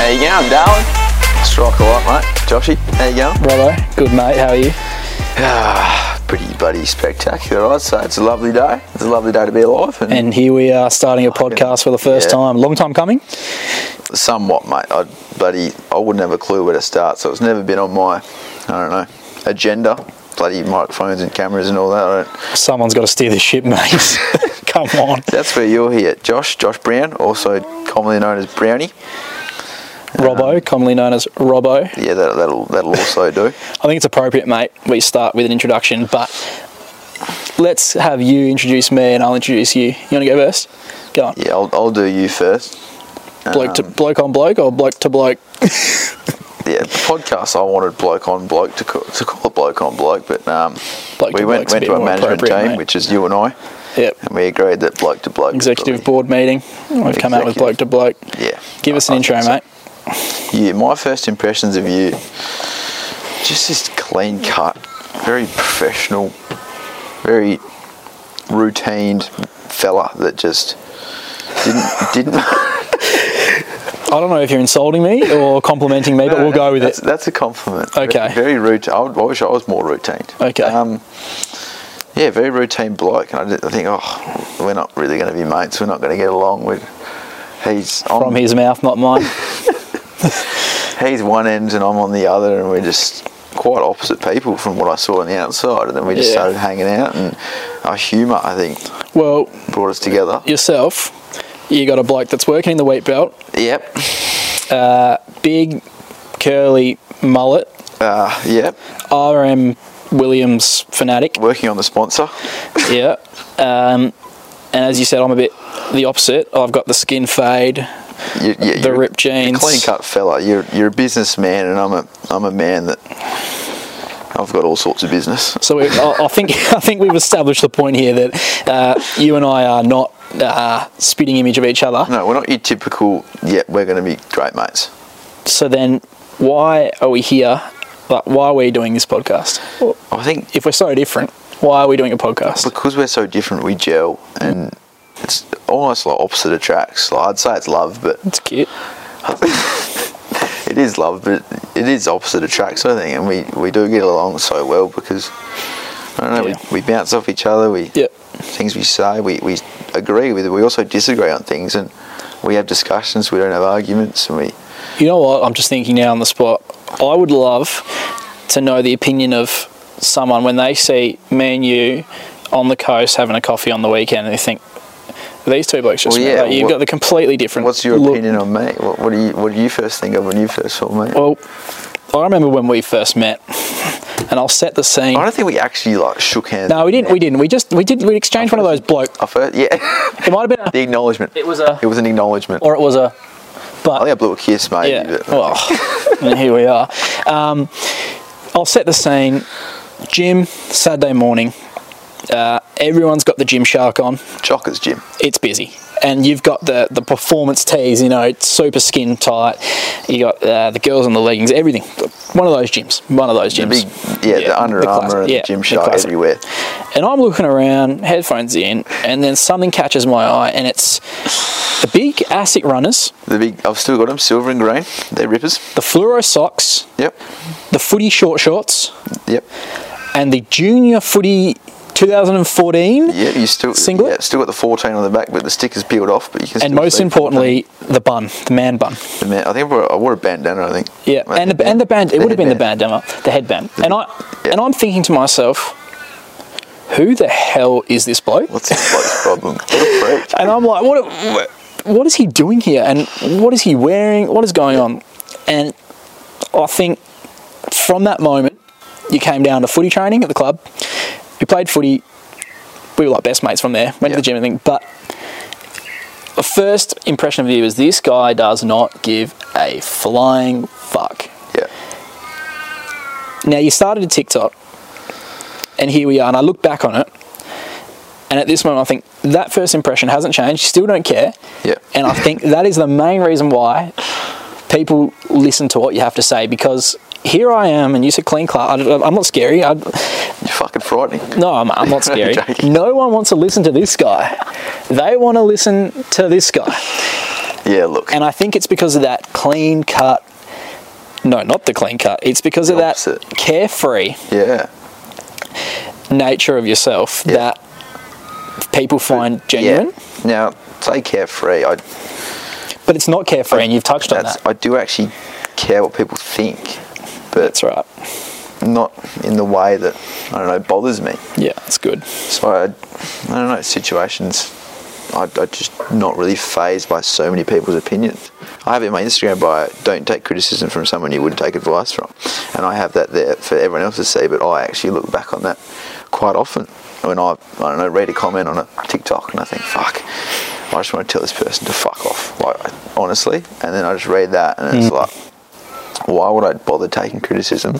How you going, darling? Strike a lot, mate. Joshy, how you going? Brother, good mate, how are you? Ah, pretty bloody spectacular, I'd say. It's a lovely day. It's a lovely day to be alive. And, And here we are starting a podcast for the first Oh, Yeah. time. Long time coming. somewhat, mate. I bloody, I wouldn't have a clue where to start, so it's never been on my, I don't know, agenda. Bloody microphones and cameras and all that. I don't, Someone's got to steer this ship, mate. Come on. that's where you're here, Josh. Josh Brown, also commonly known as Brownie. Um, Robbo, commonly known as Robbo. I Yeah, that, that'll that'll also do. think it's appropriate, mate, we start with an introduction, but let's have you introduce me and I'll introduce you. You want to go first? Go on. Yeah, I'll, I'll do you first. bloke um, to bloke on bloke or bloke to bloke? yeah, the podcast I wanted bloke on bloke to call, to call it bloke on bloke, but um, Bloke we to went, bloke's a went bit to a more management appropriate, team, mate. which is you and I, Yep. and we agreed that bloke to bloke. is Executive probably- board meeting. We've come out with bloke to Executive. bloke. Yeah. Give us I- an I intro, think so. mate. Yeah, my first impressions of you, just this clean cut, very professional, very routined fella that just didn't didn't. I don't know if you're insulting me or complimenting me, but No, we'll go with that's, it. That's a compliment. Okay. Very routine. I would- I wish I was more routine. Okay. Um, yeah, very routine bloke. And I, did- I think, oh, we're not really going to be mates. We're not going to get along. with. he's I'm- From his mouth, not mine. he's one end and I'm on the other, and we're just quite opposite people from what I saw on the outside. And then we just Yeah. started hanging out, and our humour, I think, Well, brought us together. yourself, you got a bloke that's working in the wheat belt, Yep. big, curly mullet, Uh, yep. RM Williams fanatic. Working on the sponsor. yeah. Um, and as you said, I'm a bit the opposite. I've got the skin fade. You, yeah, The you're ripped jeans. clean cut fella. You're you're a businessman, and I'm a I'm a man that I've got all sorts of business. So we, I, I think I think we've established the point here that uh, you and I are not uh, spitting image of each other. No, we're not your typical. Yeah, we're going to be great mates. So then, why are we here? Like, why are we doing this podcast? I think If we're so different, why are we doing a podcast? because we're so different, we gel, and it's almost like opposite attracts. Like I'd say it's love, but It's cute. it is love, but it is opposite attracts. I think, and we we do get along so well because. I don't know. Yeah. We, we bounce off each other. We Yep. things we say we, we agree with. We also disagree on things, and we have discussions. We don't have arguments, and we You know what? I'm just thinking now on the spot. I would love to know the opinion of someone when they see me and you on the coast having a coffee on the weekend and they think, these two blokes just Well, met." yeah, Like, you've what- got the completely different. What's your look. opinion on me? What, what do you What do you first think of when you first saw me? Well, I remember when we first met, and I'll set the scene. I don't think we actually like shook hands. No, we didn't. We didn't. We just we did. We exchanged one of those bloke. I first, yeah, It might have been, a, the acknowledgement. It was a- It was an acknowledgement. or it was a. I But think I blew a kiss, mate. Yeah. Oh. Well, and here we are. Um, I'll set the scene. Gym, Saturday morning. Uh, everyone's got the gym shark on. Jockers gym. It's busy. And you've got the, the performance tees, you know, it's super skin tight. You got uh, the girls in the leggings, everything. One of those gyms. One of those gyms. The big, yeah, the Under classic- Armour and yeah, the gym shot classic. everywhere. And I'm looking around, headphones in, and then something catches my eye, and it's the big ASIC runners, The big. I've still got them, silver and green. They're rippers. the fluoro socks, Yep. the footy short shorts, Yep. and the junior footy 2014. Yeah, you still Singlet? Yeah, still got the 14 on the back, but the sticker's peeled off. But you can. And still most see importantly, the bun, the man bun. the man. I think I wore, I wore a bandana. I think. Yeah, My and the, and the band. It would have been the headband. bandana, the headband. And I yeah. and I'm thinking to myself, who the hell is this bloke? What's this bloke's problem? What a freak. And I'm like, what? What is he doing here? And what is he wearing? What is going on? And I think from that moment, you came down to footy training at the club. You played footy. We were like best mates from there. Went to Yeah. the gym and thing. But the first impression of you is this guy does not give a flying fuck. Yeah. Now you started a TikTok, and here we are. And I look back on it, and at this moment, I think that first impression hasn't changed. You still don't care. Yeah. And I think that is the main reason why people listen to what you have to say because here I am, and you said clean cut. I- I'm not scary. I, You're fucking frightening. no, I'm, I'm not scary. Joking. no one wants to listen to this guy. They want to listen to this guy. Yeah, look. And I think it's because of that clean cut. No, not the clean cut. It's because The of that opposite. carefree yeah. nature of yourself Yeah. that people find genuine. Yeah. Now, say carefree. I But it's not carefree, and you've touched on that's that. I do actually care what people think, but That's right. not in the way that I don't know bothers me. Yeah, that's good. So I, I don't know situations. I, I just not really phased by so many people's opinions. I have it in my Instagram bio: "Don't take criticism from someone you wouldn't take advice from," and I have that there for everyone else to see. But I actually look back on that quite often when I, I don't know, read a comment on a TikTok and I think, "Fuck, I just want to tell this person to fuck off," like honestly. And then I just read that and it's like, why would I bother taking criticism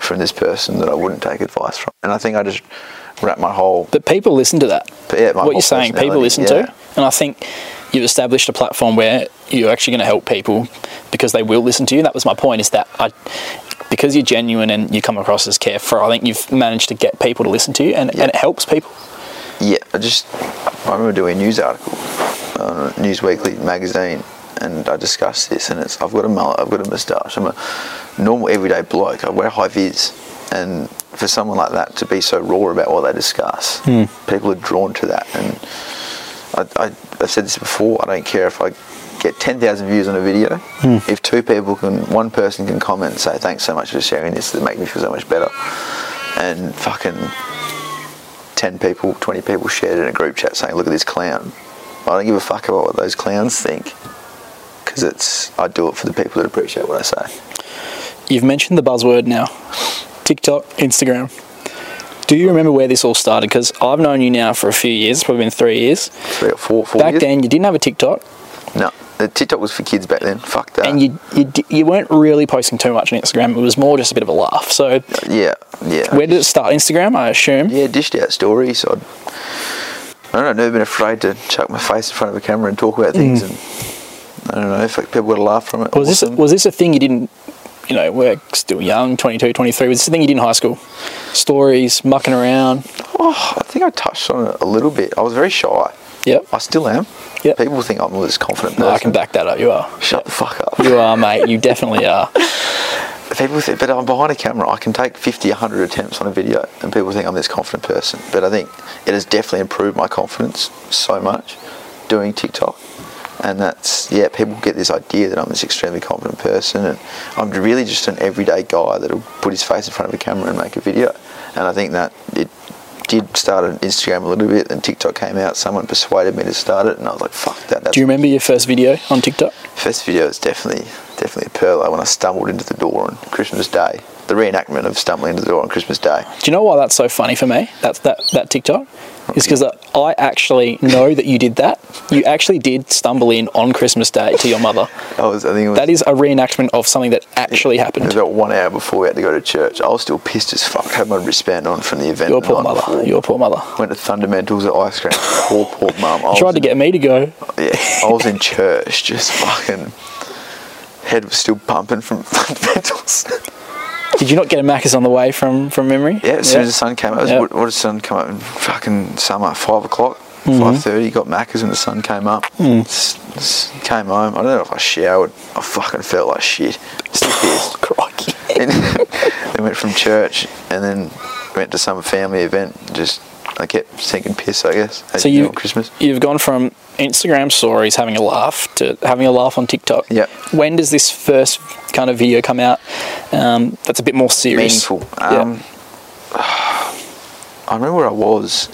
from this person that I wouldn't take advice from? And I think I just wrap my whole But people listen to that. But yeah, my what whole you're saying, people personality, listen yeah. to. And I think you've established a platform where you're actually going to help people because they will listen to you. And that was my point is that I, because you're genuine and you come across as carefree, I think you've managed to get people to listen to you and, Yeah. and it helps people. Yeah, I just I remember doing a news article on News Weekly magazine, and I discussed this. And it's I've got a mullet, I've got a moustache. I'm a normal everyday bloke. I wear high vis, and for someone like that to be so raw about what they discuss, people are drawn to that. And I, I, I've said this before. I don't care if I get 10,000 views on a video. If two people can, one person can comment and say thanks so much for sharing this, that make me feel so much better. And fucking 10 people, 20 people shared in a group chat saying, look at this clown. I don't give a fuck about what those clowns think because it's, I do it for the people that appreciate what I say. You've mentioned the buzzword now TikTok, Instagram. Do you remember where this all started? Because I've known you now for a few years, probably been three years. Three or four, four Back years? then, you didn't have a TikTok No, the TikTok was for kids back then. Fuck that. and you, you, di- you weren't really posting too much on Instagram. It was more just a bit of a laugh. So, yeah, yeah. where did it start? Instagram, I assume. yeah, dished out stories. I'd, I don't know, I've never been afraid to chuck my face in front of a camera and talk about things. And I don't know if people would laugh from it. Hmm. Was this awesome. was this a thing you didn't? You know, we're still young, 22, 23. Was this a thing you did in high school? Stories, mucking around. Oh, I think I touched on it a little bit. I was very shy. Yep. I still am. Yep. People think I'm this confident person. No, I can back that up. You are. Shut the fuck up. You are, mate. You definitely are. people think, but I'm behind a camera. I can take 50, 100 attempts on a video, and people think I'm this confident person. But I think it has definitely improved my confidence so much doing TikTok. And that's, yeah, people get this idea that I'm this extremely confident person, and I'm really just an everyday guy that'll put his face in front of a camera and make a video. And I think that it did start on Instagram a little bit, and TikTok came out. Someone persuaded me to start it, and I was like, fuck that. That's Do you remember your first video on TikTok? First video is definitely definitely a pearl. Like when I stumbled into the door on Christmas Day, the reenactment of stumbling into the door on Christmas Day. Do you know why that's so funny for me? That's that that TikTok. It's because I actually know that you did that. You actually did stumble in on Christmas Day to your mother. I was, I think it was, That is a reenactment of something that actually it was happened. about one hour before we had to go to church. I was still pissed as fuck. Had my wristband on from the event. Your the poor night mother. before. Your poor mother. Went to Fundamentals at ice cream. Poor, poor mum. I was Tried to in- get me to go. Yeah, I was in church, just fucking. Head was still pumping from fundamentals. Did you not get a Macca's on the way from from memory? Yeah, as soon as the sun came up, it was- Yeah. what, what did the sun come up in fucking summer? Five o'clock, Mm-hmm. thirty. Got Macca's when the sun came up. Mm. S- s- came home. I don't know if I showered. I fucking felt like shit. Still pissed. Oh, Crikey. And then went from church and then went to some family event. Just I kept sinking piss, I guess. as So do you on Christmas? You've gone from Instagram stories having a laugh to having a laugh on TikTok. Yep. When does this first kind of video come out? Um, that's a bit more serious. meaningful. Yeah. Um, I remember where I was,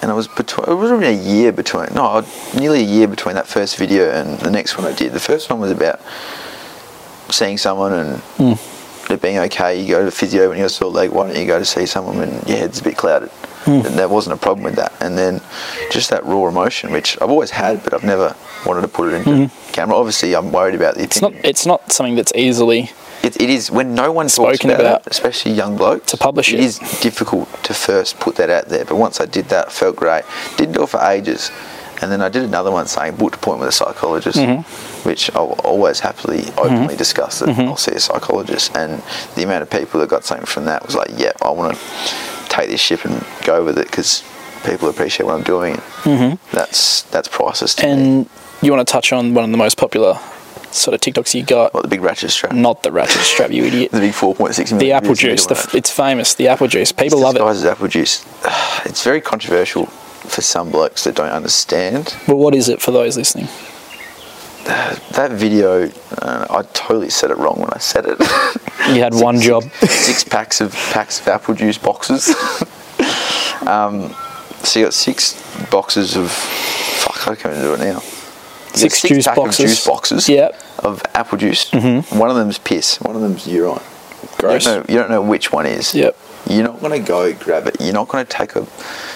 and it was between. It was around a year between. No, I- nearly a year between that first video and the next one I did. The first one was about seeing someone and Hmm. it being okay. You go to physio when you got sore leg. Why don't you go to see someone when your head's a bit clouded? Hmm. And there wasn't a problem with that. And then just that raw emotion, which I've always had, but I've never wanted to put it into camera. Obviously, I'm worried about the. Hmm. It's not. It's not something that's easily. It, it is when no one talks Spoken about, about. it, especially young blokes. To publish it. it is difficult to first put that out there. But once I did that, it felt great. Didn't do it for ages, and then I did another one saying booked appointment with a psychologist, Mm-hmm. which I'll always happily, openly discuss that I'll see a psychologist. And the amount of people that got something from that was like, yeah, I want to take this ship and go with it because people appreciate what I'm doing. That's that's priceless to me. Mm-hmm. And you want to touch on one of the most popular sort of TikToks you got? What the big ratchet strap? Not the ratchet strap, you idiot. the big 4.6 million. The apple views in juice. The, middle of f- it. it's famous. The apple juice. People It's love it. disguised as apple juice. It's very controversial for some blokes that don't understand. But what is it for those listening? That video, uh, I totally said it wrong when I said it. You had one job. six packs of packs of apple juice boxes. um, so you got six boxes of fuck. I can't even do it now. You Six got juice pack boxes. Of juice boxes. Yep. Mm-hmm. Of apple juice. One of them's piss. One of them's urine. Gross. You don't know, you don't know which one is. Yep. You're not going to go grab it. You're not going to take a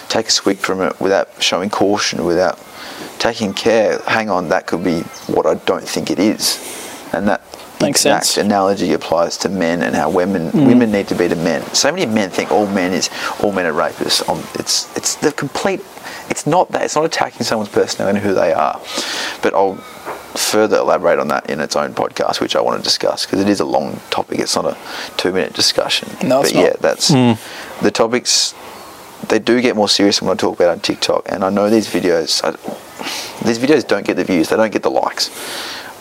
take a swig from it without showing caution, without taking care. Hang on, that could be what I don't think it is, and that Makes exact sense. analogy applies to men and how women Mm. women need to be to men. So many men think all men is all men are rapists. Um, It's it's the complete. It's not that. It's not attacking someone's personality and who they are, but I'll further elaborate on that in its own podcast, which I want to discuss because it is a long topic. It's not a two-minute discussion. No, but it's not. Mm. yeah, that's the topics. They do get more serious when I talk about it on TikTok, and I know these videos. I, these videos don't get the views. They don't get the likes.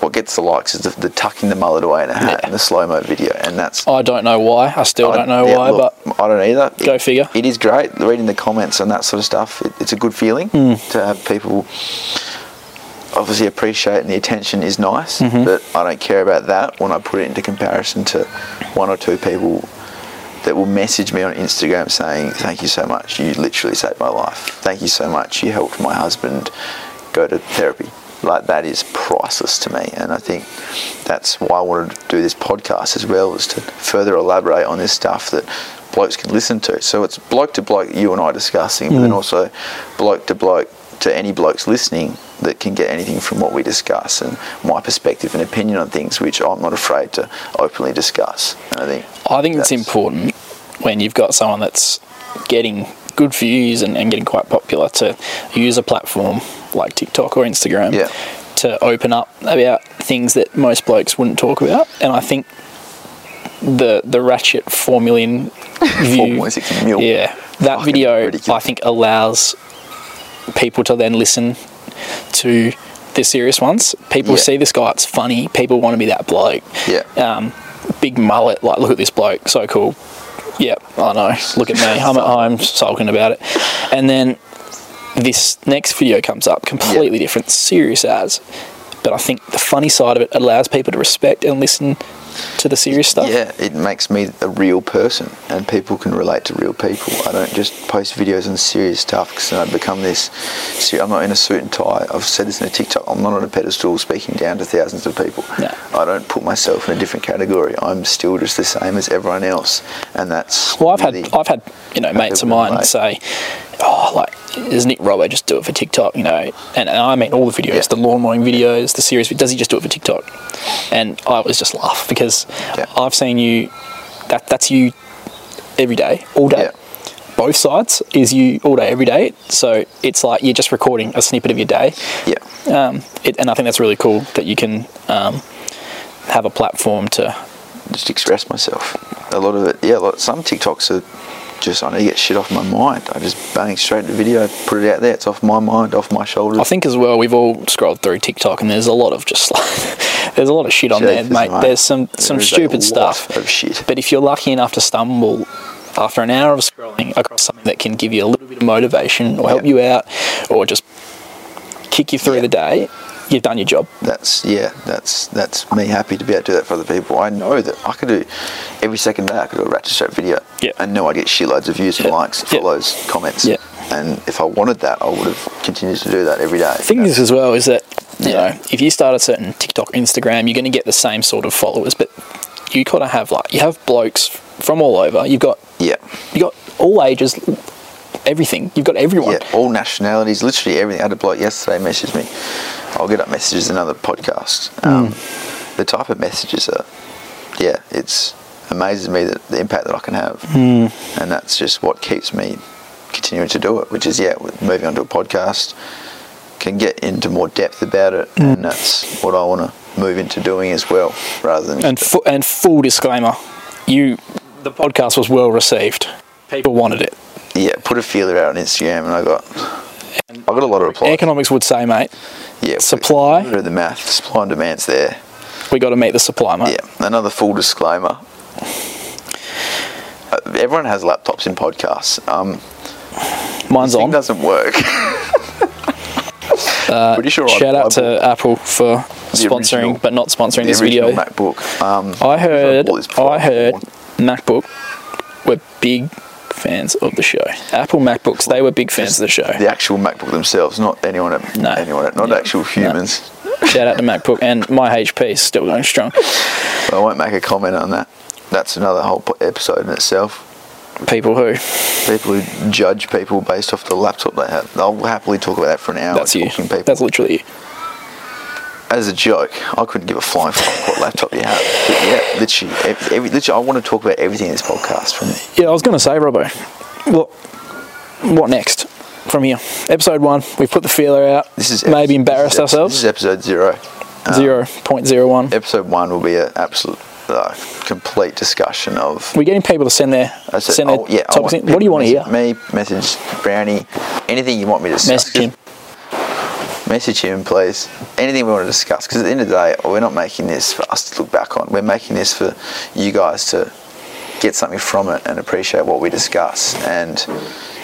What gets the likes is the, the tucking the mullet away in a hat Yeah. and the slow mo video, and that's. I don't know why. I still don't know yeah, why, look, but I don't either. Go It- figure. It is great reading the comments and that sort of stuff. It, it's a good feeling Hmm. to have people obviously appreciate and the attention is nice, Mm-hmm. but I don't care about that when I put it into comparison to one or two people that will message me on Instagram saying, Thank you so much, you literally saved my life. Thank you so much, you helped my husband go to therapy. Like that is priceless to me, and I think that's why I wanted to do this podcast as well, is to further elaborate on this stuff that blokes can listen to. So it's bloke to bloke, you and I discussing, but then also bloke to bloke to any blokes listening that can get anything from what we discuss and my perspective and opinion on things, which I'm not afraid to openly discuss. And I think I think it's that's- important when you've got someone that's getting good views and, and getting quite popular to use a platform like TikTok or Instagram Yeah. to open up about things that most blokes wouldn't talk about. And I think the the ratchet four million view 4.6 mil. Yeah. That Fucking video I ridiculous. think allows people to then listen to the serious ones. People Yeah. see this guy, it's funny, people want to be that bloke Yeah. um, big mullet. Like, look at this bloke, so cool. Yep, I know. Look at me. I'm at home sulking about it. And then this next video comes up, completely different, serious as. But I think the funny side of it allows people to respect and listen to the serious stuff. Yeah, it makes me a real person, and people can relate to real people. I don't just post videos on serious stuff because I become this. ser- I'm not in a suit and tie. I've said this in a TikTok. I'm not on a pedestal speaking down to thousands of people. No. I don't put myself in a different category. I'm still just the same as everyone else, and that's. Well, I've had really- I've had you know mates of people mine relate. say, "Oh, like does Nick Robbo just do it for TikTok?" You know, and, and I mean all the videos, Yeah. the lawn mowing videos, the series. Does he just do it for TikTok? And I was just laugh because Yeah. I've seen you. That that's you every day, all day. Yeah. Both sides is you all day, every day. So it's like you're just recording a snippet of your day. Yeah. Um, it, and I think that's really cool that you can um, have a platform to. just express myself. A lot of it, yeah. Like some TikToks are just I need to get shit off my mind. I just bang straight into video, put it out there. It's off my mind, off my shoulders. I think as well, we've all scrolled through TikTok, and there's a lot of just like there's a lot of shit on there, Jesus, mate. mate. There's some There some is a stupid lot stuff of shit. But if you're lucky enough to stumble after an hour of scrolling across something that can give you a little bit of motivation or help Yeah. you out, or just kick you through the day, you've done your job. that's yeah, that's that's me happy to be able to do that for other people. I know that I could do every second day. I could do a ratchet strap video. Yeah. I know I get shitloads of views and Yeah. likes, Yeah. follows, comments. Yeah. And if I wanted that, I would have continued to do that every day. The thing is as well is that you Yeah. know if you start a certain TikTok, Instagram, you're going to get the same sort of followers, but you kind of have like you have blokes from all over. You've got yeah, you got all ages, everything. You've got everyone. yeah. All nationalities, literally everything. I had a bloke yesterday messaged me. I'll get up messages in another podcast. Hmm. Um, The type of messages are, yeah, it's amazes me that the impact that I can have, Hmm. and that's just what keeps me continuing to do it. Which is yeah, with moving onto a podcast, can get into more depth about it, Hmm. and that's what I want to move into doing as well, rather than And fu- and full disclaimer, you the podcast was well received. People wanted it. yeah, put a feeler out on Instagram, and I got I got a lot of replies. Economics would say, mate, yeah, we- supply. we do the math. Supply and demand's there. we got to meet the supply, mate. Yeah. Another full disclaimer. Uh, Everyone has laptops in podcasts. Um, Mine's thing on. doesn't work. Pretty sure. I- Uh, Shout I out to bought Apple for sponsoring, original- but not sponsoring the this original video. MacBook. Um, I heard, bought this before. I heard, MacBook were big fans of the show. Apple MacBooks, they were big fans of the show. the actual MacBook themselves, not anyone, at, No. anyone, at, not Yeah. actual humans. Shout out to MacBook and my HP is still going strong. But I won't make a comment on that. That's another whole po- episode in itself. People who, People who judge people based off the laptop they have, I'll happily talk about that for an hour. that's you. judging people. That's literally you. As a joke, I couldn't give a flying fuck what laptop you have. But yeah, literally, ev- every, literally, I want to talk about everything in this podcast from Yeah, I was going to say, Robbo. What, what next from here? Episode one, we've put the feeler out. This is maybe epi- embarrassed this is ep- ourselves. This is episode zero. Um, Zero point zero one. Episode one will be an absolute, uh, complete discussion of. We're getting people to send their I said, send their oh, yeah, I want topics in. What do you want to people to hear? message Me, message Brownie, anything you want me to discuss. Message him. Message him, please. Anything we want to discuss, because at the end of the day, we're not making this for us to look back on. We're making this for you guys to get something from it and appreciate what we discuss. And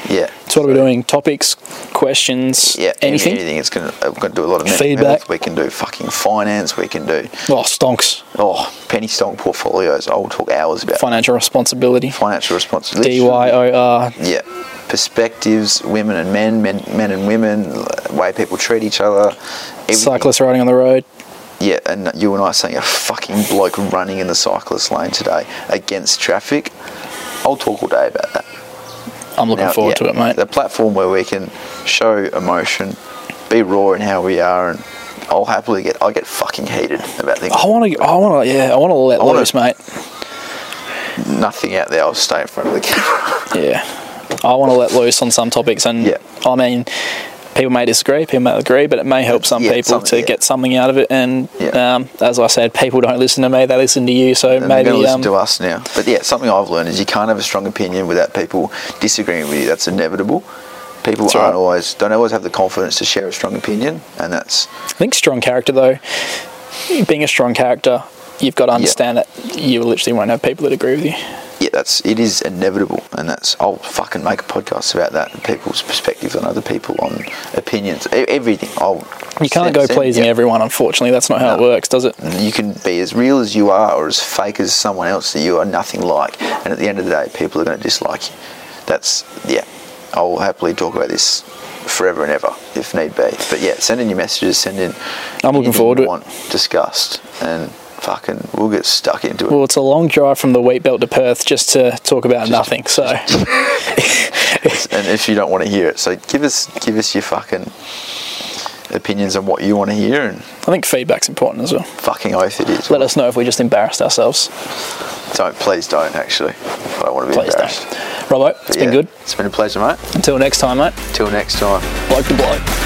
yeah, So what are we doing? Topics, questions, yeah, any- anything? anything. It's gonna, uh, we're gonna do a lot of mental Feedback. health. We can do fucking finance. We can do Oh, stonks. oh penny stock portfolios. I will talk hours about Financial responsibility. financial responsibility. D Y O R. yeah, perspectives, women and men, men, men and women, way people treat each other. everything. Cyclist riding on the road. Yeah, and you and I saying a fucking bloke running in the cyclist lane today against traffic. I'll talk all day about that. I'm looking Now, forward yeah, to it, mate. The platform where we can show emotion, be raw in how we are, and I'll happily get I get fucking heated about things. I want to. I want to. Yeah, I want to let wanna- loose, mate. Nothing out there. I'll stay in front of the camera. Yeah, I want to let loose on some topics, and Yeah. I mean, people may disagree, people may agree, but it may help some Yeah, people something, to yeah. get something out of it. And Yeah. um, as I said, people don't listen to me; they listen to you. So And maybe they're going to listen um, to us now. But yeah, something I've learned is you can't have a strong opinion without people disagreeing with you. That's inevitable. People right. aren't always don't always have the confidence to share a strong opinion, and that's I think strong character, though, being a strong character, you've got to understand that you literally won't have people that agree with you. yeah, that's it is inevitable, and that's I'll fucking make a podcast about that and people's perspectives on other people, on opinions, e- everything. I'll You can't send- go send- pleasing yeah. everyone, unfortunately. That's not how No. Mm. it works, does it? You can be as real as you are, or as fake as someone else that you are nothing like, and at the end of the day, people are going to dislike you. That's yeah. I will happily talk about this forever and ever if need be. But yeah, send in your messages. Send in. I'm looking anything forward you to it. Want discussed and fucking we'll get stuck into it. Well, it's a long drive from the wheat belt to Perth just to talk about nothing. So, and if you don't want to hear it, so give us give us your fucking opinions on what you want to hear, and I think feedback's important as well. fucking oath it is. Let us know if we just embarrassed ourselves. Don't please don't actually. I don't want to be Please don't. embarrassed. Robbo, It's But been yeah, good. It's been a pleasure, mate. Until next time, mate. Till next time. Bloke to bloke.